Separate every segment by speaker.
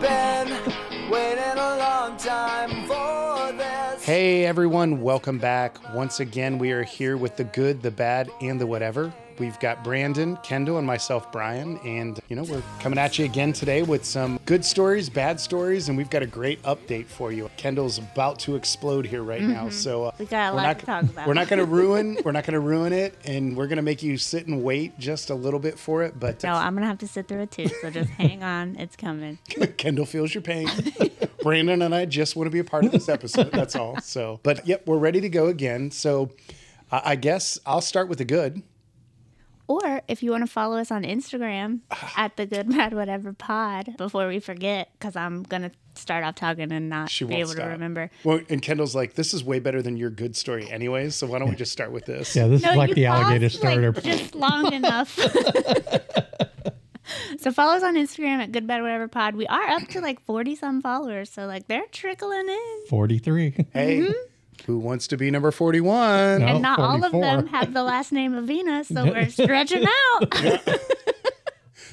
Speaker 1: been waiting a long time for this.
Speaker 2: Hey everyone, welcome back. Once again, we are here with the good, the bad, and the whatever. We've got Brandon, Kendall, and myself, Brian, and you know, we're coming at you again today with some good stories, bad stories, and we've got a great update for you. Kendall's about to explode here right now, so uh,
Speaker 3: We Mm-hmm. got a
Speaker 2: we're
Speaker 3: lot
Speaker 2: not-
Speaker 3: to talk about.
Speaker 2: We're not going to ruin, we're not going to ruin it, and we're going to make you sit and wait just a little bit for it. But
Speaker 3: No, I'm gonna have to sit through it too. So just hang on, it's coming.
Speaker 2: Kendall feels your pain. Brandon and I just want to be a part of this episode. That's all. So, but yep, we're ready to go again. So, I I guess I'll start with the good.
Speaker 3: Or if you want to follow us on Instagram at the Good Bad Whatever Pod before we forget, because I'm gonna start off talking and not
Speaker 2: She
Speaker 3: be
Speaker 2: won't
Speaker 3: able
Speaker 2: stop.
Speaker 3: to remember.
Speaker 2: Well, and Kendall's like, "This is way better than your good story, anyways." So why don't we just start with this?
Speaker 4: Yeah, this
Speaker 3: No,
Speaker 4: is like
Speaker 3: you
Speaker 4: the alligator
Speaker 3: paused, like,
Speaker 4: starter.
Speaker 3: just long enough. so follow us on Instagram at Good Bad Whatever Pod. We are up to like 40 some followers, so like they're trickling in.
Speaker 4: 43.
Speaker 2: Hey,
Speaker 3: Mm-hmm.
Speaker 2: who wants to be number forty-one?
Speaker 4: No.
Speaker 3: and not all of
Speaker 4: 44.
Speaker 3: them have the last name of Venus, so we're stretching out.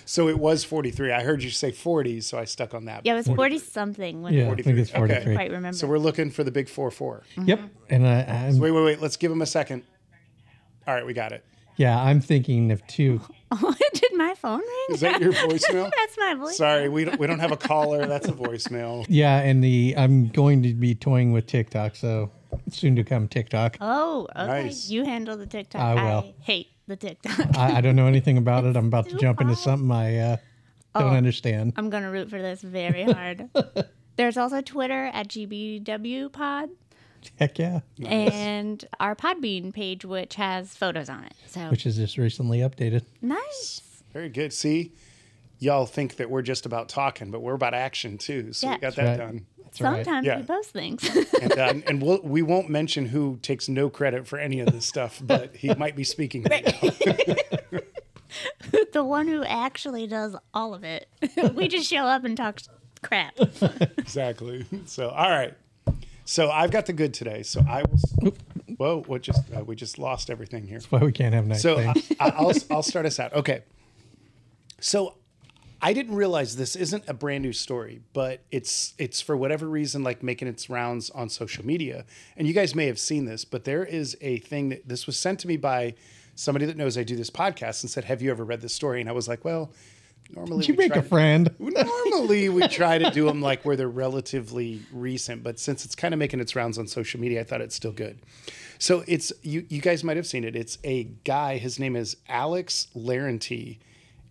Speaker 2: So it was forty-three. I heard you say forty, so I stuck on that.
Speaker 3: yeah, it was 40 something when
Speaker 4: Yeah,
Speaker 3: I
Speaker 4: I think it's
Speaker 2: 43.
Speaker 4: 43.
Speaker 3: quite remember. Mm-hmm.
Speaker 2: So we're looking for the big four-four.
Speaker 4: Yep. And I, I'm,
Speaker 2: Wait, wait, wait. Let's give him a second. All right, we got it.
Speaker 4: yeah, I'm thinking of two.
Speaker 3: Did my phone ring?
Speaker 2: Is that your voicemail?
Speaker 3: That's my voice.
Speaker 2: Sorry, we don't, we don't have a caller. That's a voicemail.
Speaker 4: Yeah, and the I'm going to be toying with TikTok, so soon to come TikTok.
Speaker 3: Oh, okay.
Speaker 2: Nice.
Speaker 3: You handle the TikTok.
Speaker 4: I will.
Speaker 3: hate the TikTok.
Speaker 4: I, I don't know anything about it. I'm about to
Speaker 3: too Oh.
Speaker 4: jump into
Speaker 3: hard.
Speaker 4: something I uh, don't understand.
Speaker 3: I'm going to root for this very hard. There's also Twitter at GBW Pod
Speaker 4: Heck yeah.
Speaker 3: and our Podbean page, which has photos on it. So
Speaker 4: Which is just recently updated.
Speaker 3: nice.
Speaker 2: Very good. See, y'all think that we're just about talking, but we're about action too. So
Speaker 3: Yeah.
Speaker 2: we got that
Speaker 4: That's right.
Speaker 2: done.
Speaker 4: That's right.
Speaker 3: Sometimes
Speaker 2: Yeah.
Speaker 3: we post things.
Speaker 2: And, uh, and we'll, we won't mention who takes no credit for any of this stuff, but he might be speaking. Right. now.
Speaker 3: the one who actually does all of it. we just show up and talk crap.
Speaker 2: Exactly. So, all right. So I've got the good today. So I will. s- Whoa! What just uh, we just lost everything here.
Speaker 4: Why we can't have nice
Speaker 2: So uh, I,
Speaker 4: things.
Speaker 2: I- I'll I'll start us out. Okay. So I didn't realize this isn't a brand new story, but it's it's for whatever reason like making its rounds on social media. And you guys may have seen this, but there is a thing that this was sent to me by somebody that knows I do this podcast and said, "Have you ever read this story?" And I was like, "Well, normally
Speaker 4: Did you
Speaker 2: we
Speaker 4: make
Speaker 2: try
Speaker 4: a
Speaker 2: to-
Speaker 4: friend?
Speaker 2: normally we try to do them like where they're relatively recent but since it's kind of making its rounds on social media i thought it's still good so it's you you guys might have seen it it's a guy his name is alex larenty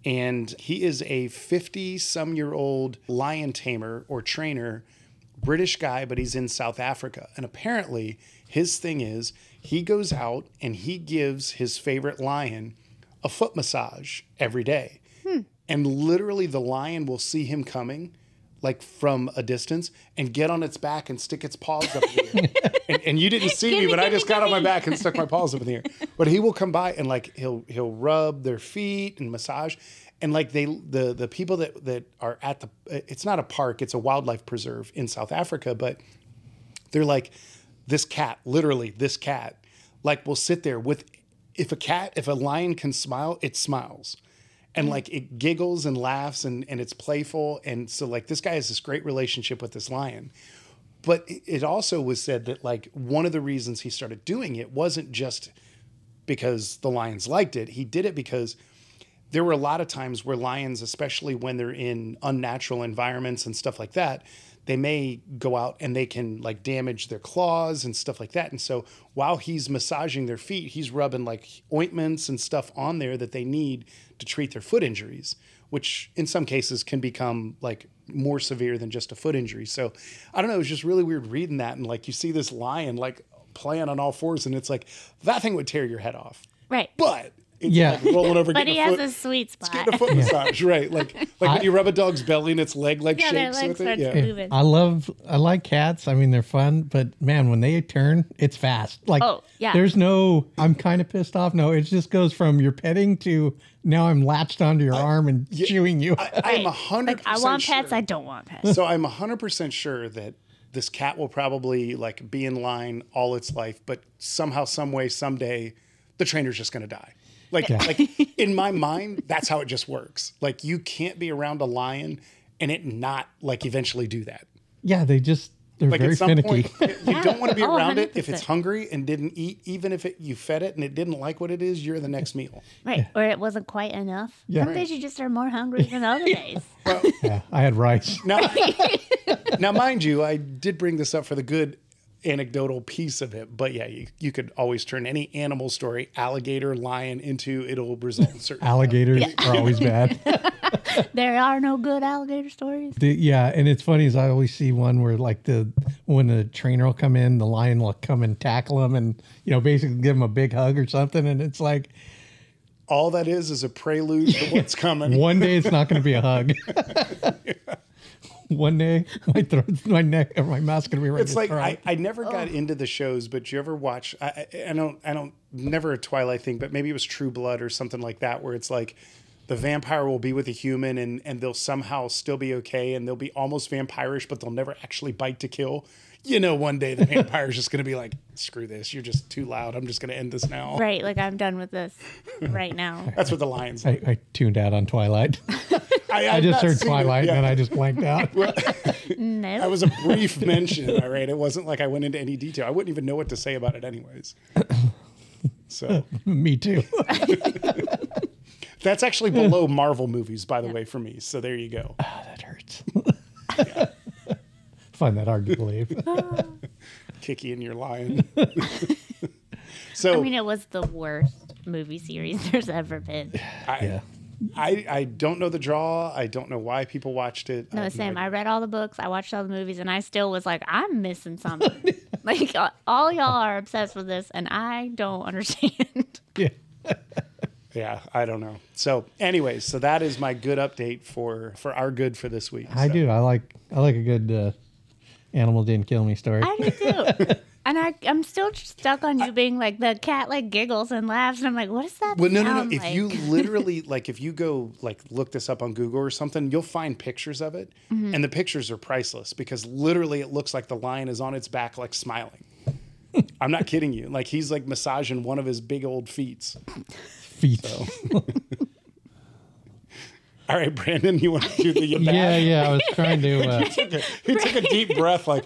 Speaker 2: and he is a 50 some year old lion tamer or trainer British guy, but he's in South Africa. And apparently, his thing is he goes out and he gives his favorite lion a foot massage every day. And literally, the lion will see him coming, like from a distance, and get on its back and stick its paws up in the air. and, and you didn't see me,
Speaker 3: me,
Speaker 2: but I
Speaker 3: give me,
Speaker 2: just got
Speaker 3: give
Speaker 2: on my
Speaker 3: me.
Speaker 2: back and stuck my paws up in the air. But he will come by and like he'll he'll rub their feet and massage. And like they the the people that that are at the it's not a park, it's a wildlife preserve in South Africa, but they're like this cat literally this cat like will sit there with if a cat if a lion can smile it smiles and like it giggles and laughs and and it's playful and so like this guy has this great relationship with this lion but it- it also was said that like one of the reasons he started doing it wasn't just because the lions liked it he did it because there were a lot of times where lions, especially when they're in unnatural environments and stuff like that, they may go out and they can like damage their claws and stuff like that. And so while he's massaging their feet, he's rubbing like ointments and stuff on there that they need to treat their foot injuries, which in some cases can become like more severe than just a foot injury. So I don't know, it was just really weird reading that. And like you see this lion like playing on all fours, and it's like that thing would tear your head off.
Speaker 3: Right.
Speaker 2: But it's
Speaker 4: Yeah.
Speaker 2: like rolling over
Speaker 3: But
Speaker 2: getting
Speaker 3: he
Speaker 2: a
Speaker 3: has
Speaker 2: foot-
Speaker 3: a sweet spot.
Speaker 2: Get a foot massage, right? Like like when you rub a dog's belly and its leg like
Speaker 3: yeah, their
Speaker 2: shakes
Speaker 3: leg
Speaker 2: with it.
Speaker 3: starts
Speaker 2: Yeah.
Speaker 3: moving.
Speaker 4: I love I like cats. I mean they're fun, but man, when they turn, it's fast. Like
Speaker 3: Oh, yeah.
Speaker 4: there's no I'm kind of pissed off. No, it just goes from you're petting to now I'm latched onto your arm and chewing you.
Speaker 2: I am a hundred.
Speaker 3: Like I want
Speaker 2: percent
Speaker 3: pets,
Speaker 2: sure-
Speaker 3: I don't want pets.
Speaker 2: so I'm hundred percent sure that this cat will probably like be in line all its life, but somehow, some way, someday, the trainer's just gonna die. Like, like in my mind, that's how it just works. Like you can't be around a lion and it not like eventually do that.
Speaker 4: Yeah, they just they're
Speaker 2: Like
Speaker 4: very
Speaker 2: at some
Speaker 4: finicky.
Speaker 2: point, you you don't want to be
Speaker 3: Oh,
Speaker 2: around it if it's
Speaker 3: 100%.
Speaker 2: hungry and didn't eat, even if it, you fed it and it didn't like what it is. You're the next meal.
Speaker 3: Right. Or it wasn't quite enough.
Speaker 4: Yeah.
Speaker 3: Some days you just are more hungry than other days.
Speaker 4: yeah, I had rice.
Speaker 2: Now, now, mind you, I did bring this up for the good anecdotal piece of it, but yeah, you, you could always turn any animal story, alligator, lion, into it'll result in certain.
Speaker 4: Alligators are always bad.
Speaker 3: There are no good alligator stories.
Speaker 4: The- yeah, and it's funny is I always see one where like the when the trainer will come in, the lion will come and tackle him, and you know basically give him a big hug or something, and it's like
Speaker 2: All that is is a prelude to what's coming.
Speaker 4: one day it's not going to be a hug. one day my throat, my neck, or my mouth's going to be right.
Speaker 2: It's like I, I never got
Speaker 4: Oh.
Speaker 2: into the shows, but you ever watch? I, I- I don't, I don't, never a Twilight thing, but maybe it was True Blood or something like that, where it's like the vampire will be with a human and and they'll somehow still be okay, and they'll be almost vampirish, but they'll never actually bite to kill. You know, one day the vampire's just going to be like, "Screw this! You're just too loud. I'm just going to end this now."
Speaker 3: Right. Like I'm done with this right now.
Speaker 2: That's what the lions.
Speaker 4: I, I tuned out on Twilight. I
Speaker 2: I've not
Speaker 4: just heard
Speaker 2: seen it.
Speaker 4: Twilight
Speaker 2: Yeah.
Speaker 4: and I just blanked out.
Speaker 3: No.
Speaker 2: That was a brief mention, all right? It wasn't like I went into any detail. I wouldn't even know what to say about it, anyways. So
Speaker 4: Me too.
Speaker 2: that's actually below Marvel movies, by the way, for me. So there you go.
Speaker 4: that hurts. Find that hard to believe.
Speaker 2: Kiki and your lion. so
Speaker 3: I mean, it was the worst movie series there's ever been.
Speaker 2: I,
Speaker 4: Yeah.
Speaker 2: I, I don't know the draw. I don't know why people watched it. I
Speaker 3: No,
Speaker 2: have
Speaker 3: Sam,
Speaker 2: idea.
Speaker 3: I read all the books, I watched all the movies, and I still was like, I'm missing something. like, all- all y'all are obsessed with this, and I don't understand.
Speaker 4: Yeah.
Speaker 2: yeah, I don't know. So, anyways, so that is my good update for for our good for this week.
Speaker 4: I
Speaker 2: So-
Speaker 4: do. I like I like a good uh, animal didn't kill me story.
Speaker 3: I do too. And I, I'm still stuck on you being like the cat like giggles and laughs, and I'm like, what is that?
Speaker 2: Well, no, no, no.
Speaker 3: sound
Speaker 2: If
Speaker 3: like?
Speaker 2: you literally like, if you go like look this up on Google or something, you'll find pictures of it,
Speaker 3: Mm-hmm.
Speaker 2: and the pictures are priceless because literally it looks like the lion is on its back, like smiling. I'm not kidding you. Like he's like massaging one of his big old feet.
Speaker 4: Feet.
Speaker 2: All right, Brandon, you want to do the
Speaker 4: Yeah,
Speaker 2: yeah,
Speaker 4: yeah. I was trying to. Uh,
Speaker 2: He took a deep breath, like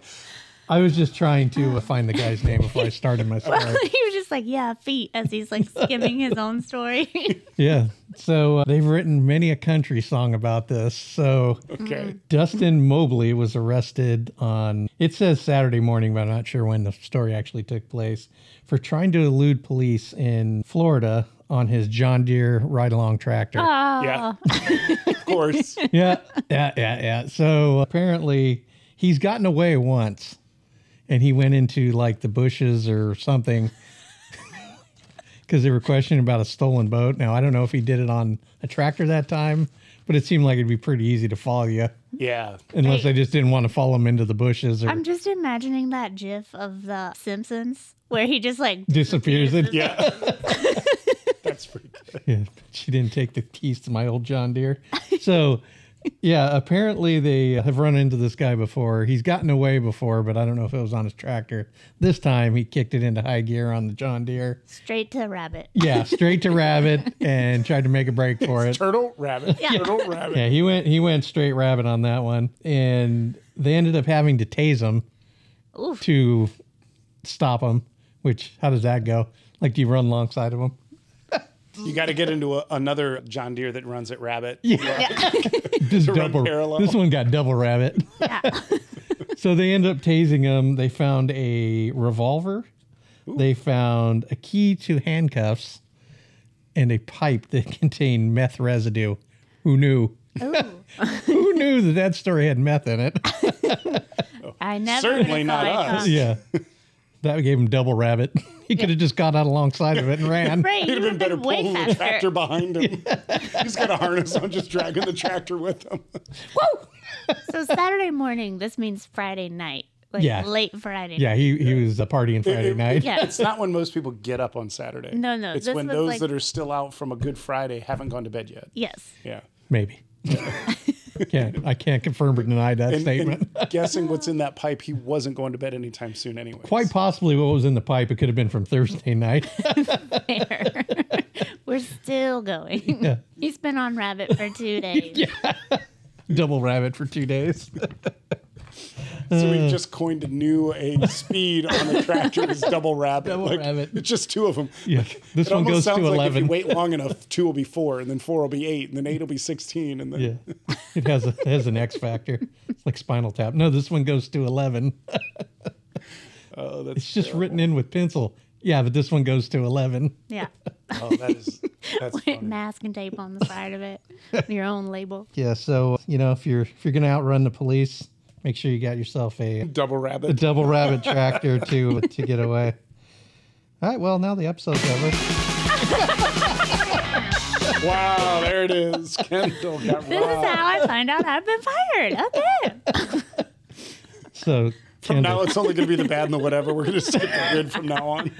Speaker 4: I was just trying to uh, find the guy's name before I started my story.
Speaker 3: he was just like, yeah, feet, as he's like skimming his own story.
Speaker 4: Yeah. So uh, they've written many a country song about this. So
Speaker 2: okay.
Speaker 4: Dustin Mobley was arrested on, it says Saturday morning, but I'm not sure when the story actually took place, for trying to elude police in Florida on his John Deere ride along tractor.
Speaker 3: Mm-hmm.
Speaker 2: Yeah, of course.
Speaker 4: yeah, yeah, yeah, yeah. So apparently he's gotten away once and he went into like the bushes or something because they were questioning about a stolen boat. Now, I don't know if he did it on a tractor that time, but it seemed like it'd be pretty easy to follow you
Speaker 2: Yeah,
Speaker 4: unless
Speaker 3: Hey.
Speaker 4: they just didn't want to follow him into the bushes or
Speaker 3: I'm just imagining that gif of the Simpsons where he just like
Speaker 4: disappears. And, yeah.
Speaker 2: yeah. That's pretty good.
Speaker 4: she didn't take the keys to my old John Deere. So. Yeah, apparently they have run into this guy before. He's gotten away before, but I don't know if it was on his tractor. This time he kicked it into high gear on the John Deere.
Speaker 3: straight to rabbit.
Speaker 4: Yeah, straight to rabbit and tried to make a break for it.
Speaker 2: Turtle rabbit. Turtle rabbit.
Speaker 4: Yeah, he went he went straight rabbit on that one and they ended up having to tase him
Speaker 3: Oof.
Speaker 4: to stop him, which how does that go? Like do you run alongside of him?
Speaker 2: You got to get into a, another John Deere that runs at rabbit.
Speaker 4: Just
Speaker 2: run
Speaker 4: double
Speaker 2: parallel.
Speaker 4: This one got double rabbit.
Speaker 3: Yeah.
Speaker 4: So they end up tasing him. They found a revolver. They found a key to handcuffs and a pipe that contained meth residue. Who knew?
Speaker 3: Oh.
Speaker 4: Who knew that that story had meth in it?
Speaker 3: I never um,
Speaker 2: Certainly
Speaker 3: saw
Speaker 2: not
Speaker 3: it
Speaker 2: us.
Speaker 3: coming.
Speaker 4: yeah. That gave him double rabbit. He could have just got out alongside of it and ran.
Speaker 3: Right,
Speaker 2: He'd have been better
Speaker 3: way
Speaker 2: pulling the tractor behind him. He's got a harness on, just dragging the tractor with him.
Speaker 3: So Saturday morning, this means Friday night, like
Speaker 4: Yeah.
Speaker 3: late Friday.
Speaker 4: Yeah, he, he was a partying Friday night.
Speaker 3: night. yeah.
Speaker 2: It's not when most people get up on Saturday.
Speaker 3: No, no,
Speaker 2: It's
Speaker 3: this
Speaker 2: when
Speaker 3: was
Speaker 2: those
Speaker 3: like-
Speaker 2: that are still out from a Good Friday haven't gone to bed yet.
Speaker 3: Yes.
Speaker 2: Yeah.
Speaker 4: Maybe. can't, I can't confirm or deny that
Speaker 2: And,
Speaker 4: statement.
Speaker 2: and guessing what's in that pipe, he wasn't going to bed anytime soon anyway.
Speaker 4: Quite possibly what was in the pipe, it could have been from Thursday night.
Speaker 3: Fair. We're still going. He's been on rabbit for two days.
Speaker 4: double rabbit for two days.
Speaker 2: So
Speaker 4: Mm.
Speaker 2: we've just coined a new a speed on a tractor is double rabbit.
Speaker 4: Double
Speaker 2: Like,
Speaker 4: rabbit.
Speaker 2: It's just two of them.
Speaker 4: Yeah. This
Speaker 2: it
Speaker 4: one
Speaker 2: almost
Speaker 4: goes to
Speaker 2: sounds like If
Speaker 4: 11.
Speaker 2: you wait long enough, two will be four, and then four will be eight, and then eight will be sixteen, and then
Speaker 4: Yeah, it has a, it has an X factor. It's like Spinal Tap. No, this one goes to eleven.
Speaker 2: oh,
Speaker 4: It's
Speaker 2: that's
Speaker 4: just written in with pencil. Yeah, but this one goes to eleven.
Speaker 3: Yeah.
Speaker 2: oh, that is that's
Speaker 3: Put mask and tape on the side of it. Your own label.
Speaker 4: Yeah, so you know if you're if you're gonna outrun the police, make sure you got yourself a,
Speaker 2: double
Speaker 4: a
Speaker 2: rabbit.
Speaker 4: double rabbit tractor to to get away. All right, well now the episode's over.
Speaker 2: Wow, there it is. Kendall got
Speaker 3: This is
Speaker 2: robbed.
Speaker 3: how I find out I've been fired. Okay.
Speaker 4: So
Speaker 2: From now,
Speaker 4: Kendall,
Speaker 2: it's only going to be the bad and the whatever. We're going to stick the good from now on.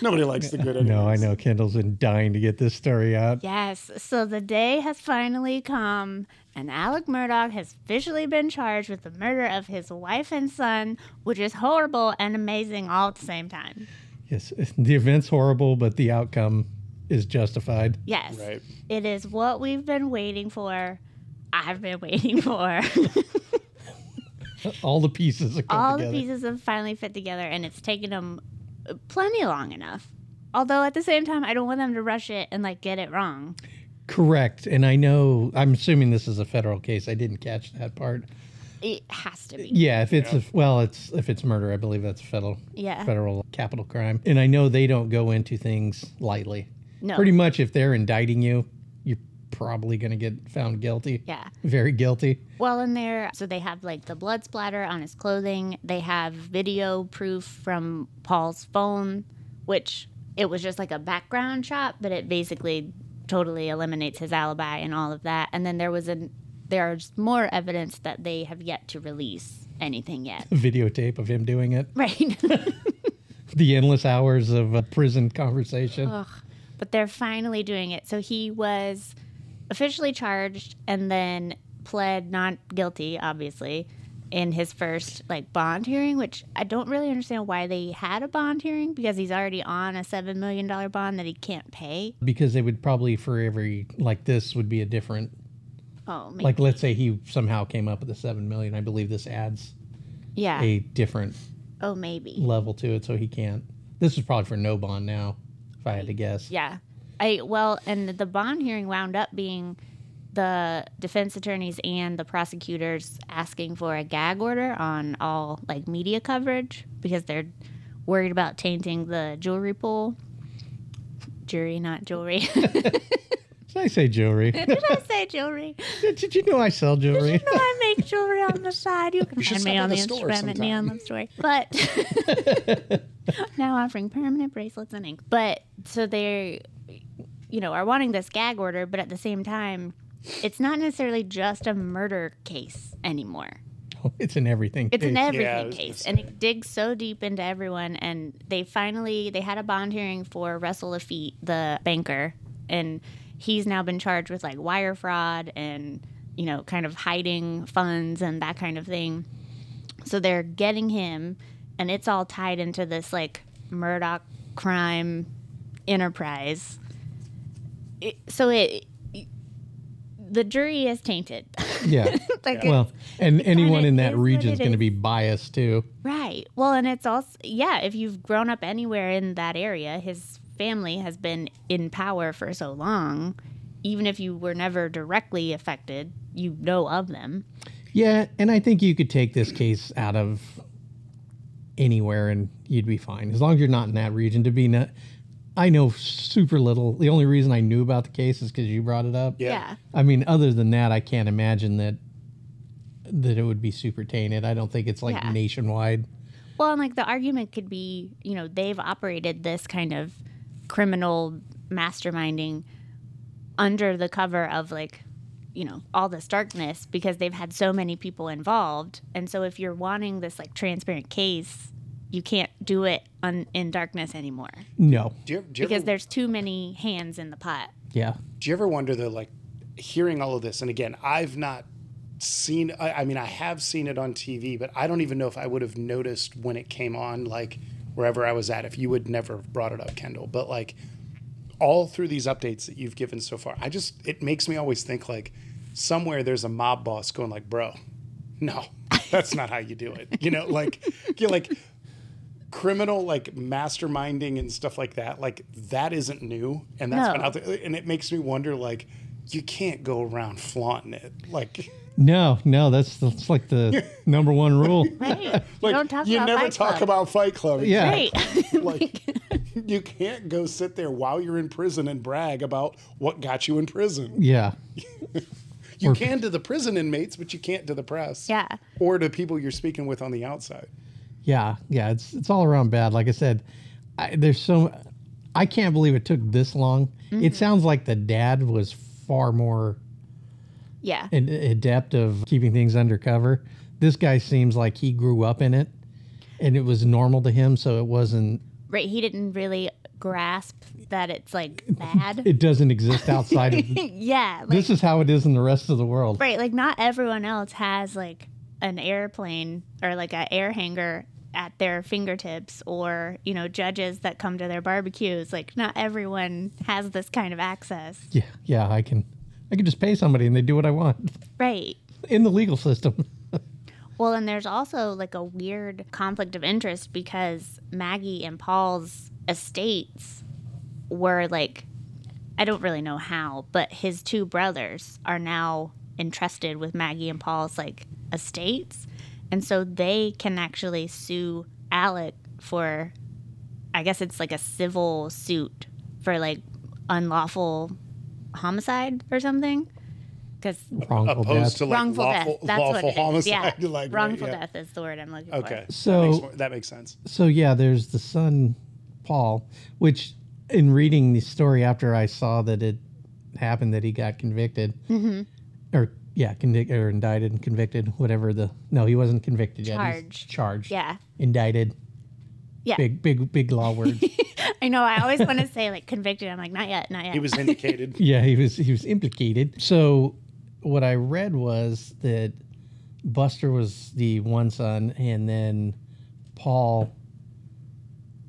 Speaker 2: Nobody likes the good anymore.
Speaker 4: no, I know Kendall's been dying to get this story out.
Speaker 3: Yes. So the day has finally come, and Alec Murdoch has officially been charged with the murder of his wife and son, which is horrible and amazing all at the same time.
Speaker 4: Yes, the event's horrible, but the outcome is justified.
Speaker 3: Yes.
Speaker 2: Right.
Speaker 3: It is what we've been waiting for. I've been waiting for.
Speaker 4: All the pieces are come
Speaker 3: all
Speaker 4: together.
Speaker 3: the pieces have finally fit together and it's taken them plenty long enough although at the same time i don't want them to rush it and like get it wrong
Speaker 4: Correct, and I know I'm assuming this is a federal case. I didn't catch that part.
Speaker 3: it has to be
Speaker 4: Yeah, if it's A, well, it's if it's murder, I believe that's federal.
Speaker 3: Yeah.
Speaker 4: federal capital crime. And I know they don't go into things lightly.
Speaker 3: no
Speaker 4: Pretty much, if they're indicting you, you're probably going to get found guilty.
Speaker 3: yeah
Speaker 4: very guilty.
Speaker 3: well in there so they have like the blood splatter on his clothing they have video proof from paul's phone which it was just like a background shot but it basically totally eliminates his alibi and all of that and then there was an there's more evidence that they have yet to release anything yet
Speaker 4: Videotape of him doing it.
Speaker 3: right
Speaker 4: The endless hours of uh, prison conversation.
Speaker 3: but they're finally doing it. So he was officially charged and then pled not guilty, obviously, in his first like bond hearing, which I don't really understand why they had a bond hearing because he's already on a seven million dollar bond that he can't pay.
Speaker 4: because they would probably for every like this would be a different
Speaker 3: Oh, maybe.
Speaker 4: like let's say he somehow came up with the 7 million i believe this adds
Speaker 3: yeah.
Speaker 4: a different
Speaker 3: oh, maybe.
Speaker 4: level to it so he can't this is probably for no bond now if i had to guess
Speaker 3: Yeah. I well, and the bond hearing wound up being the defense attorneys and the prosecutors asking for a gag order on all like media coverage because they're worried about tainting the jewelry pool. Jury, not jewelry. Did
Speaker 4: Did i say jewelry
Speaker 3: I say jewelry?
Speaker 4: did you know i sell jewelry
Speaker 3: No, I make jewelry on the side. You can
Speaker 2: should
Speaker 3: find
Speaker 2: sell it
Speaker 3: me
Speaker 2: in
Speaker 3: on the
Speaker 2: the store
Speaker 3: Instagram at
Speaker 2: sometime.
Speaker 3: Neon Love Story. But now offering permanent bracelets and ink. But so they, you know, are wanting this gag order, but at the same time, it's not necessarily just a murder case anymore.
Speaker 4: it's in everything
Speaker 3: It's an
Speaker 4: case.
Speaker 3: everything
Speaker 2: I was gonna
Speaker 3: case, and it digs so deep into everyone. And they finally they had a bond hearing for Russell Lafitte, the banker, and he's now been charged with like wire fraud and you know kind of hiding funds and that kind of thing. So they're getting him, and it's all tied into this like Murdoch crime enterprise. It, so it. The jury is tainted.
Speaker 4: yeah
Speaker 3: like
Speaker 4: well and anyone
Speaker 3: it
Speaker 4: in that
Speaker 3: is what
Speaker 4: region's
Speaker 3: it
Speaker 4: going to
Speaker 3: is.
Speaker 4: be biased too
Speaker 3: Right. Well, and it's also, yeah, if you've grown up anywhere in that area, his family has been in power for so long. Even if you were never directly affected, you know of them.
Speaker 4: yeah and i think you could take this case out of anywhere and you'd be fine as long as you're not in that region to be not i know super little the only reason i knew about the case is because you brought it up
Speaker 2: Yeah.
Speaker 4: I mean, other than that, I can't imagine that that it would be super tainted. I don't think it's like
Speaker 3: Yeah.
Speaker 4: nationwide.
Speaker 3: Well, and like the argument could be, you know, they've operated this kind of criminal masterminding under the cover of like, you know, all this darkness because they've had so many people involved. And so if you're wanting this like transparent case, you can't do it on, in darkness anymore
Speaker 4: No.
Speaker 2: Do you, do you
Speaker 3: because
Speaker 2: ever,
Speaker 3: there's too many hands in the pot.
Speaker 4: Yeah.
Speaker 2: do you ever wonder though, like hearing all of this? And again, I've not seen. I, I mean, I have seen it on TV, but I don't even know if I would have noticed when it came on, like wherever I was at, if you would never have brought it up, Kendall. But like all through these updates that you've given so far, I just it makes me always think like, somewhere there's a mob boss going like, bro, no, that's not how you do it. You know, like you're like criminal like masterminding and stuff like that. Like that isn't new, and that's
Speaker 3: No.
Speaker 2: been out there. And it makes me wonder, like, you can't go around flaunting it, like.
Speaker 4: No, no, that's that's like the number one rule.
Speaker 3: Right.
Speaker 2: Like
Speaker 3: you don't talk
Speaker 2: you
Speaker 3: about
Speaker 2: never
Speaker 3: Fight
Speaker 2: talk
Speaker 3: Club.
Speaker 2: about Fight Club.
Speaker 4: Yeah.
Speaker 3: Right.
Speaker 2: like you can't go sit there while you're in prison and brag about what got you in prison.
Speaker 4: Yeah.
Speaker 2: You can to the prison inmates, but you can't to the press.
Speaker 3: Yeah.
Speaker 2: Or to people you're speaking with on the outside.
Speaker 4: Yeah, yeah, it's it's all around bad. Like I said, I, there's so I can't believe it took this long. It sounds like the dad was far more
Speaker 3: yeah.
Speaker 4: an adept of keeping things undercover. This guy seems like he grew up in it, and it was normal to him, so it wasn't.
Speaker 3: Right. He didn't really grasp that it's like bad.
Speaker 4: It doesn't exist outside of.
Speaker 3: yeah. Like,
Speaker 4: This is how it is in the rest of the world.
Speaker 3: right. Like not everyone else has like an airplane or like a air hanger at their fingertips or you know judges that come to their barbecues like not everyone has this kind of access
Speaker 4: Yeah, yeah, I can, I can just pay somebody and they do what I want
Speaker 3: right
Speaker 4: in the legal system.
Speaker 3: Well, and there's also like a weird conflict of interest because Maggie and Paul's estates were like, I don't really know how, but his two brothers are now entrusted with Maggie and Paul's like estates. And so they can actually sue Alec for, I guess it's like a civil suit for like unlawful homicide or something. Because
Speaker 4: Wrongful
Speaker 2: Opposed
Speaker 4: death.
Speaker 2: to like
Speaker 3: wrongful
Speaker 2: lawful,
Speaker 3: death. That's
Speaker 2: lawful
Speaker 3: what it is.
Speaker 2: homicide.
Speaker 3: Yeah.
Speaker 2: like, right,
Speaker 3: wrongful
Speaker 2: yeah.
Speaker 3: death is the word I'm looking for.
Speaker 2: Okay.
Speaker 4: So-
Speaker 2: that makes, more- that makes sense.
Speaker 4: So yeah, there's the son Paul, which in reading the story after I saw that it happened that he got convicted,
Speaker 2: Mm-hmm.
Speaker 4: or yeah, convicted or indicted and convicted, whatever the no, he wasn't convicted yet. He's
Speaker 3: Charged.
Speaker 4: charged.
Speaker 3: Yeah.
Speaker 4: Indicted.
Speaker 3: Yeah.
Speaker 4: Big big big law word.
Speaker 3: I know. I always want to say like convicted. I'm like, not yet, not yet.
Speaker 2: He was indicated.
Speaker 4: yeah, he was he was implicated. So what I read was that Buster was the one son, and then Paul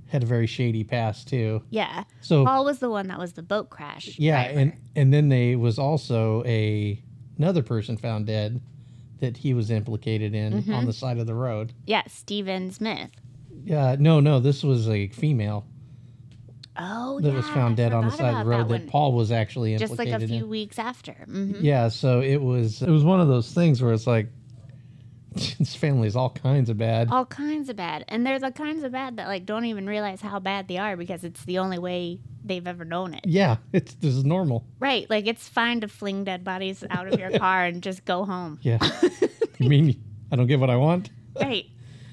Speaker 4: had a very shady past too.
Speaker 3: yeah.
Speaker 4: So
Speaker 3: Paul was the one that was the boat crash.
Speaker 4: Yeah,
Speaker 3: driver.
Speaker 4: and and then they was also a another person found dead that he was implicated in
Speaker 3: Mm-hmm.
Speaker 4: on the side of the road.
Speaker 3: yeah, Stephen Smith.
Speaker 4: Yeah, no, no, this was a female
Speaker 3: Oh,
Speaker 4: that
Speaker 3: yeah,
Speaker 4: was found
Speaker 3: I
Speaker 4: dead on the
Speaker 3: forgot
Speaker 4: side of
Speaker 3: about
Speaker 4: the road that,
Speaker 3: one.
Speaker 4: Paul was actually
Speaker 3: Just like
Speaker 4: implicated
Speaker 3: a few
Speaker 4: in.
Speaker 3: weeks after. hmm
Speaker 4: Yeah, so it was it was one of those things where it's like his family's all kinds of bad.
Speaker 3: All kinds of bad, and they're the kinds of bad that like don't even realize how bad they are because it's the only way they've ever known it.
Speaker 4: Yeah, it's this is normal.
Speaker 3: Right? Like it's fine to fling dead bodies out of your car and just go home.
Speaker 4: Yeah. you mean I don't get what I want?
Speaker 3: Right.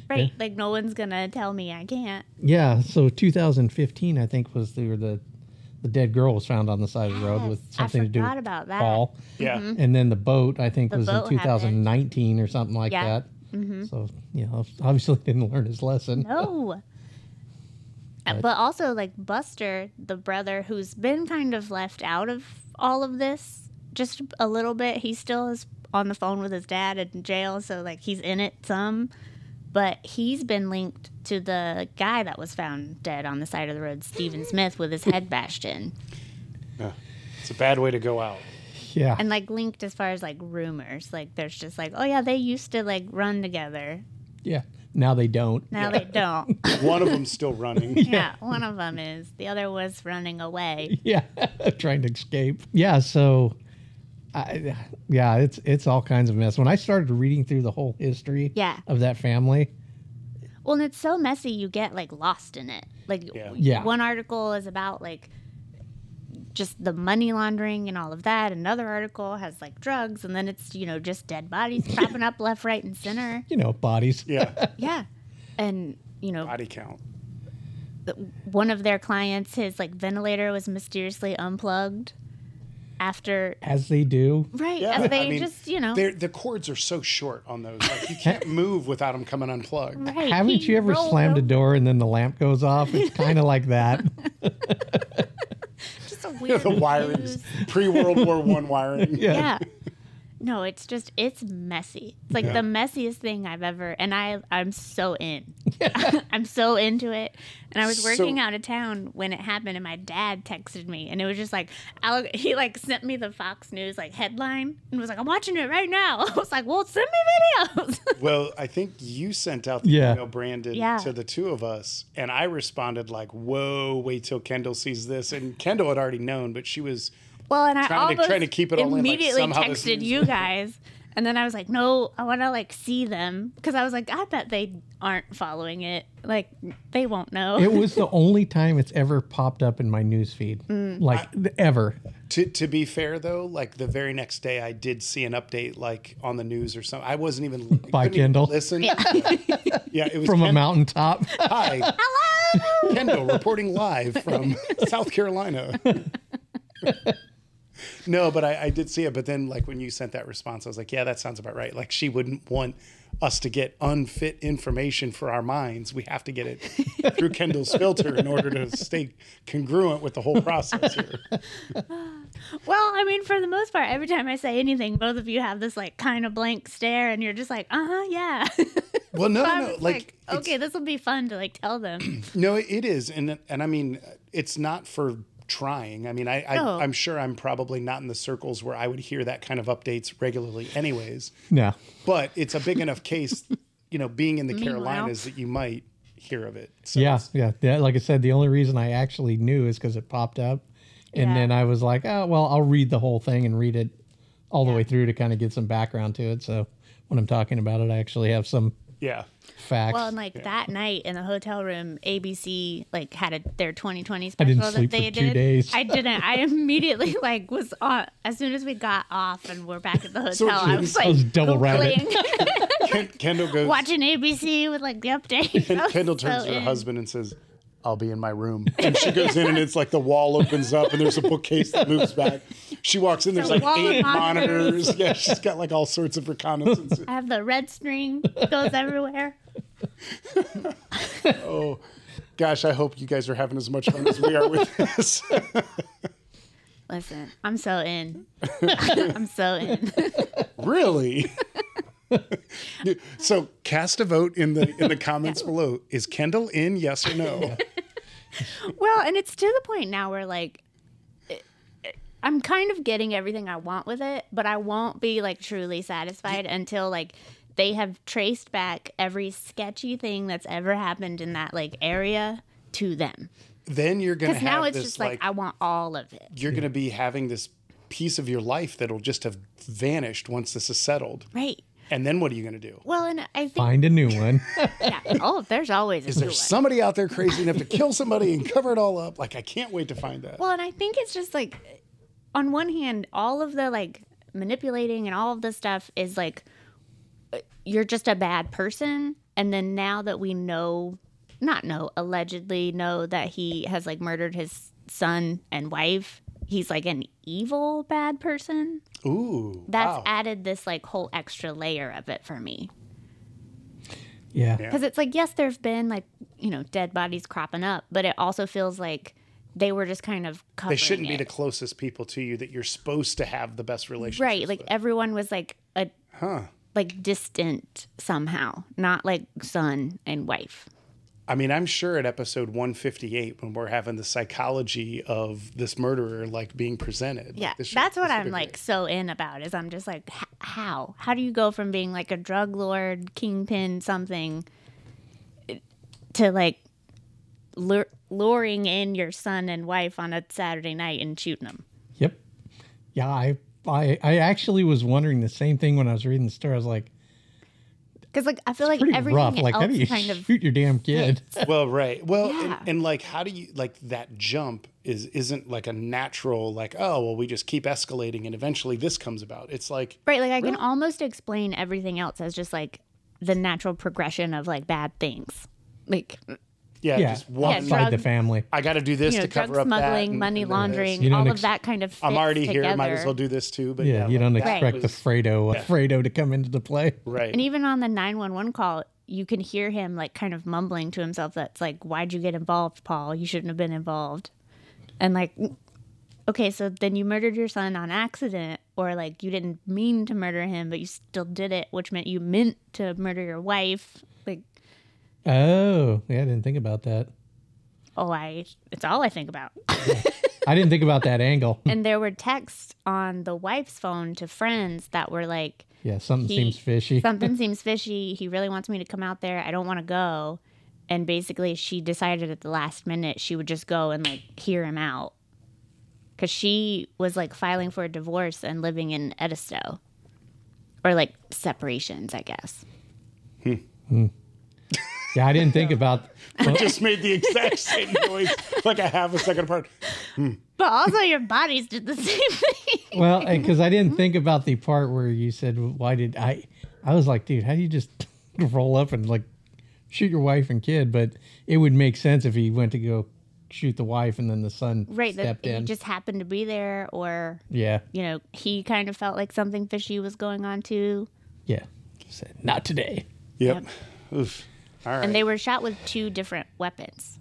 Speaker 3: Right. Like no one's gonna tell me I can't.
Speaker 4: Yeah, so 2015, I think, was the the, the dead girl was found on the side of the road with
Speaker 3: Yes, I
Speaker 4: something to do
Speaker 3: forgot
Speaker 4: with
Speaker 3: about that.
Speaker 4: Paul,
Speaker 2: Yeah.
Speaker 3: Mm-hmm.
Speaker 4: and then the boat, I think,
Speaker 3: The
Speaker 4: was in
Speaker 3: boat
Speaker 4: 2019 or something like
Speaker 3: Yeah. Mm-hmm.
Speaker 4: that. So you know, obviously didn't learn his lesson.
Speaker 3: No. Uh, But also, like Buster, the brother who's been kind of left out of all of this just a little bit, he still is on the phone with his dad in jail, so like he's in it some. But he's been linked to the guy that was found dead on the side of the road, Stephen
Speaker 4: Mm-hmm.
Speaker 3: Smith, with his head bashed in,
Speaker 2: It's a bad way to go out.
Speaker 4: Yeah,
Speaker 3: and like linked as far as like rumors. Like there's just like, oh yeah, they used to like run together.
Speaker 4: yeah. Now they don't.
Speaker 3: Now they don't.
Speaker 2: One of them's still running.
Speaker 3: yeah, one of them is. The other was running away.
Speaker 4: Yeah, trying to escape. Yeah, so. I, yeah, it's it's all kinds of mess. When I started reading through the whole history
Speaker 3: Yeah.
Speaker 4: of that family,
Speaker 3: Well, and it's so messy, you get like lost in it. Like,
Speaker 2: Yeah.
Speaker 4: Yeah.
Speaker 3: one article is about like just the money laundering and all of that. Another article has like drugs, and then it's, you know, just dead bodies popping up left, right, and center.
Speaker 4: you know, bodies.
Speaker 2: Yeah.
Speaker 3: Yeah. And, you know,
Speaker 2: Body count.
Speaker 3: one of their clients, his like ventilator was mysteriously unplugged after,
Speaker 4: As they do.
Speaker 3: right?
Speaker 2: Yeah,
Speaker 3: as they
Speaker 2: I mean,
Speaker 3: just, you know,
Speaker 2: Their the cords are so short on those. Like you can't move without them coming unplugged.
Speaker 3: right.
Speaker 4: Haven't
Speaker 3: he
Speaker 4: you ever
Speaker 3: rolled
Speaker 4: slammed a
Speaker 3: over-
Speaker 4: door and then the lamp goes off? It's kind of like that.
Speaker 3: Just a
Speaker 2: Yeah,
Speaker 3: weird
Speaker 2: the wiring's
Speaker 3: loose-
Speaker 2: pre World War One wiring.
Speaker 3: yeah. No, it's just it's messy. It's like the messiest thing I've ever and I I'm so in. I'm so into it. And I was
Speaker 2: So-
Speaker 3: working out of town when it happened and my dad texted me and it was just like I'll, he like sent me the Fox News like headline and was like I'm watching it right now. I was like, "Well, send me videos."
Speaker 2: Well, I think you sent out the
Speaker 4: Yeah.
Speaker 2: email, Brandon,
Speaker 3: Yeah.
Speaker 2: to the two of us, and I responded like, "Whoa, wait till Kendall sees this." And Kendall had already known, but she was
Speaker 3: Well, and I
Speaker 2: Trying to-
Speaker 3: almost
Speaker 2: trying to keep it all in, like,
Speaker 3: immediately
Speaker 2: somehow this
Speaker 3: texted
Speaker 2: news-
Speaker 3: you guys, and then I was like, "No, I want to like see them because I was like, I bet they aren't following it. Like, they won't know."
Speaker 4: It was the only time it's ever popped up in my newsfeed, like th- ever.
Speaker 2: To, to be fair though, like the very next day, I did see an update like on the news or something. I wasn't even couldn't
Speaker 4: By
Speaker 2: even
Speaker 4: Kendall.
Speaker 2: Listen, yeah. it was
Speaker 4: From a
Speaker 2: Ken-
Speaker 4: mountaintop.
Speaker 2: Hi, hello, Kendall, reporting live from South Carolina. no, but I, I did see it. But then, like when you sent that response, I was like, yeah, that sounds about right. Like she wouldn't want us to get unfit information for our minds. We have to get it through Kendall's filter in order to stay congruent with the whole process here.
Speaker 3: well, I mean, for the most part, every time I say anything, both of you have this like kind of blank stare, and you're just like, "Uh huh, yeah."
Speaker 2: Well, no,
Speaker 3: I
Speaker 2: no, no.
Speaker 3: was
Speaker 2: Like, it's-
Speaker 3: okay, this will be fun to like tell them.
Speaker 2: No, it is, and and I mean, it's not for trying. I mean, I, I
Speaker 3: No.
Speaker 2: I'm sure I'm probably not in the circles where I would hear that kind of updates regularly, anyways.
Speaker 4: no.
Speaker 2: But it's a big enough case, you know, being in the
Speaker 3: Meanwhile.
Speaker 2: Carolinas that you might hear of it. So
Speaker 4: Yeah, yeah, yeah. Like I said, the only reason I actually knew is because it popped up, and
Speaker 3: Yeah.
Speaker 4: then I was like, oh well, I'll read the whole thing and read it all the way through to kind of get some background to it. So when I'm talking about it, I actually have some
Speaker 2: yeah,
Speaker 4: facts.
Speaker 3: Well, and like that night in the hotel room, ABC like had a, their 2020 special
Speaker 4: I didn't
Speaker 3: that
Speaker 4: sleep
Speaker 3: they
Speaker 4: for two
Speaker 3: did.
Speaker 4: days.
Speaker 3: I didn't. I immediately like was on as soon as we got off and we're back at the hotel.
Speaker 2: So
Speaker 3: I
Speaker 2: you-
Speaker 3: was
Speaker 4: I
Speaker 3: like
Speaker 4: was double rabbit.
Speaker 3: Googling,
Speaker 2: Ken, Kendall goes.
Speaker 3: watching ABC with like the updates. I was
Speaker 2: Kendall turns
Speaker 3: so
Speaker 2: to her
Speaker 3: in.
Speaker 2: husband and says. I'll be in my room. And she goes in, and it's like the wall opens up, and there's a bookcase that moves back. She walks in, there's
Speaker 3: The
Speaker 2: like
Speaker 3: wall of
Speaker 2: eight
Speaker 3: monitors.
Speaker 2: monitors. Yeah, she's got like all sorts of reconnaissance.
Speaker 3: I have the red string goes everywhere.
Speaker 2: Oh, gosh, I hope you guys are having as much fun as we are with this.
Speaker 3: Listen, I'm so in. I'm so in.
Speaker 2: really? so cast a vote in the in the comments below. Is Kendall in? Yes or no?
Speaker 3: Well, and it's to the point now where like it- it- I'm kind of getting everything I want with it, but I won't be like truly satisfied until like they have traced back every sketchy thing that's ever happened in that like area to them.
Speaker 2: Then you're gonna
Speaker 3: Because
Speaker 2: have
Speaker 3: now it's
Speaker 2: this
Speaker 3: just
Speaker 2: like,
Speaker 3: like, I want all of it.
Speaker 2: you're gonna be having this piece of your life that'll just have vanished once this is settled.
Speaker 3: Right.
Speaker 2: And then what are you gonna do?
Speaker 3: Well, and I think
Speaker 4: Find a new one.
Speaker 3: yeah. Oh, there's always a
Speaker 2: Is
Speaker 3: new
Speaker 2: there
Speaker 3: one.
Speaker 2: somebody out there crazy enough to kill somebody and cover it all up? Like I can't wait to find that.
Speaker 3: Well, and I think it's just like, on one hand, all of the like manipulating and all of this stuff is like, uh, you're just a bad person. And then now that we know, not know, allegedly know that he has like murdered his son and wife, he's like an evil bad person.
Speaker 2: Ooh.
Speaker 3: That's
Speaker 2: wow.
Speaker 3: added this like whole extra layer of it for me.
Speaker 4: Yeah.
Speaker 3: Because it's like, yes, there's been like, you know, dead bodies cropping up, but it also feels like they were just kind of covering
Speaker 2: they shouldn't be
Speaker 3: it.
Speaker 2: the closest people to you that you're supposed to have the best relationship.
Speaker 3: right like everyone was like a like distant somehow not like son and wife
Speaker 2: I mean, I'm sure at episode 158 when we're having the psychology of this murderer like being presented.
Speaker 3: yeah
Speaker 2: like, this should-
Speaker 3: that's what
Speaker 2: this would
Speaker 3: i'm
Speaker 2: have
Speaker 3: like so in about is i'm just like h- how how do you go from being like a drug lord kingpin something to like lure, luring in your son and wife on a saturday night and shooting them
Speaker 4: Yep. Yeah. I, I I actually was wondering the same thing when I was reading the story. I was like,
Speaker 3: because like i feel like
Speaker 4: pretty
Speaker 3: everything
Speaker 4: rough. Like,
Speaker 3: else
Speaker 4: how do you
Speaker 3: kind of
Speaker 4: shoot your damn kid?
Speaker 2: been- Well, right. Well,
Speaker 3: Yeah.
Speaker 2: and, and like, how do you like that jump is isn't like a natural like, oh, well, we just keep escalating and eventually this comes about. It's like
Speaker 3: Right, like I can almost explain everything else as just like the natural progression of like bad things. Like
Speaker 2: yeah,
Speaker 4: yeah.
Speaker 2: just one
Speaker 3: Yeah,
Speaker 4: Outside
Speaker 3: drug-
Speaker 4: the family.
Speaker 2: I got to do this
Speaker 3: you know,
Speaker 2: to cover
Speaker 3: drug
Speaker 2: up that
Speaker 3: smuggling,
Speaker 2: and-
Speaker 3: money
Speaker 2: and then this.
Speaker 3: laundering,
Speaker 4: You don't
Speaker 3: all
Speaker 4: ex-
Speaker 3: of that kind of fits
Speaker 2: I'm already
Speaker 3: together.
Speaker 2: here. Might as well do this too. But
Speaker 4: Yeah.
Speaker 2: yeah,
Speaker 4: you
Speaker 2: like
Speaker 4: don't
Speaker 2: that
Speaker 4: expect
Speaker 2: was-
Speaker 4: the Fredo uh, Fredo to come into the play.
Speaker 2: right.
Speaker 3: And even on the 911 call, you can hear him like kind of mumbling to himself that's like why'd you get involved, Paul? You shouldn't have been involved. And like okay, so then you murdered your son on accident, or like you didn't mean to murder him, but you still did it, which meant you meant to murder your wife. Like,
Speaker 4: Oh, yeah, I didn't think about that.
Speaker 3: oh, I, it's all I think about.
Speaker 4: I didn't think about that angle.
Speaker 3: and there were texts on the wife's phone to friends that were like,
Speaker 4: Yeah, something
Speaker 3: He-
Speaker 4: seems fishy.
Speaker 3: something seems fishy. He really wants me to come out there. I don't want to go. And basically, she decided at the last minute she would just go and like hear him out. Cause she was like filing for a divorce and living in Edisto or like separations, I guess.
Speaker 4: Yeah, I didn't think about.
Speaker 2: I just made the exact same noise like a half a second apart.
Speaker 3: But also, your bodies did the same thing.
Speaker 4: Well, because I didn't think about the part where you said, "Why did I?" I was like, "Dude, how do you just roll up and like shoot your wife and kid?" But it would make sense if he went to go shoot the wife and then the son
Speaker 3: Right. That
Speaker 4: stepped
Speaker 3: he
Speaker 4: in.
Speaker 3: just happened to be there, or,
Speaker 4: yeah,
Speaker 3: you know, he kind of felt like something fishy was going on too.
Speaker 4: yeah. Said, "Not today."
Speaker 2: Yep. Oof. All right.
Speaker 3: And they were shot with two different weapons,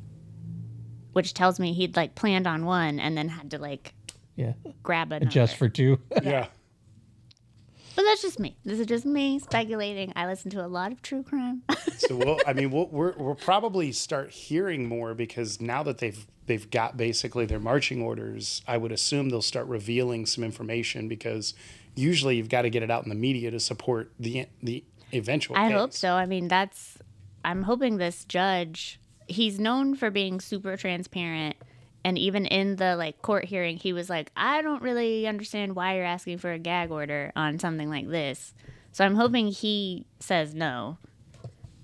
Speaker 3: which tells me he'd like planned on one and then had to like
Speaker 4: Yeah,
Speaker 3: grab another.
Speaker 4: just for two.
Speaker 2: yeah.
Speaker 3: but that's just me. This is just me speculating. I listen to a lot of true crime.
Speaker 2: So we'll, I mean, we'll, we're, we'll probably start hearing more because now that they've they've got basically their marching orders, I would assume they'll start revealing some information because usually you've got to get it out in the media to support the the eventual.
Speaker 3: I
Speaker 2: case.
Speaker 3: hope so. I mean, that's. I'm hoping this judge. He's known for being super transparent, and even in the like court hearing, he was like, "I don't really understand why you're asking for a gag order on something like this." So I'm hoping he says no,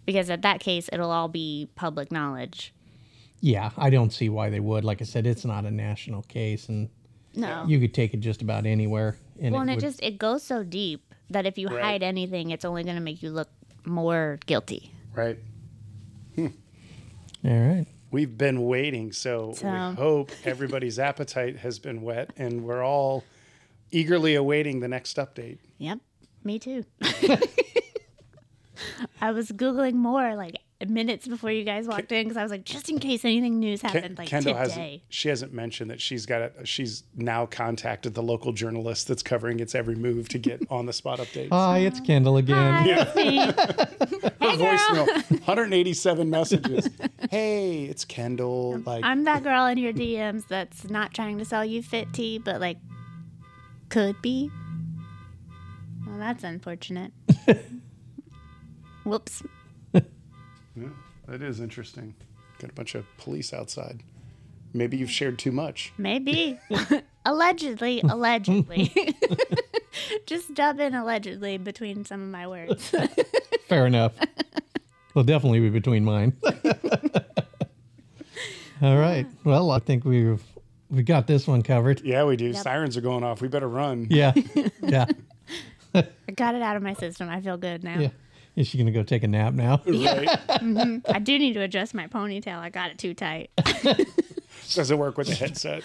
Speaker 3: because at that case, it'll all be public knowledge.
Speaker 4: Yeah, I don't see why they would. Like I said, it's not a national case, and
Speaker 3: No.
Speaker 4: you could take it just about anywhere. And
Speaker 3: well, and it
Speaker 4: would-
Speaker 3: just it goes so deep that if you
Speaker 2: Right.
Speaker 3: hide anything, it's only going to make you look more guilty.
Speaker 2: Right.
Speaker 4: all right.
Speaker 2: We've been waiting, so
Speaker 3: So-
Speaker 2: we hope everybody's appetite has been wet, and we're all eagerly awaiting the next update.
Speaker 3: Yep, me too. I was googling more like minutes before you guys walked in because I was like, just in case anything news happened, like
Speaker 2: Kendall hasn't.
Speaker 3: today.
Speaker 2: She hasn't mentioned that she's got. A, she's now contacted the local journalist that's covering its every move to get on the spot updates.
Speaker 4: Hi, it's Kendall again.
Speaker 3: Hi, it's me.
Speaker 2: Her voicemail, 187 messages. hey, it's Kendall. Like,
Speaker 3: I'm that girl in your DMs that's not trying to sell you fit tea, but like could be. Well, that's unfortunate. Whoops.
Speaker 2: Yeah, that is interesting. Got a bunch of police outside. Maybe you've shared too much.
Speaker 3: Maybe. allegedly, allegedly. Just dub in allegedly between some of my words.
Speaker 4: Fair enough. They'll definitely be between mine. All right. Well, I think we've we got this one covered.
Speaker 2: Yeah, we do. Sirens are going off. We better run.
Speaker 4: Yeah. Yeah.
Speaker 3: I got it out of my system. I feel good now.
Speaker 4: Yeah. Is she gonna go take a nap now?
Speaker 2: Right?
Speaker 3: I do need to adjust my ponytail. I got it too tight.
Speaker 2: Doesn't work with the headset.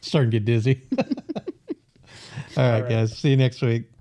Speaker 4: Starting to get dizzy. All right, guys. See you next week.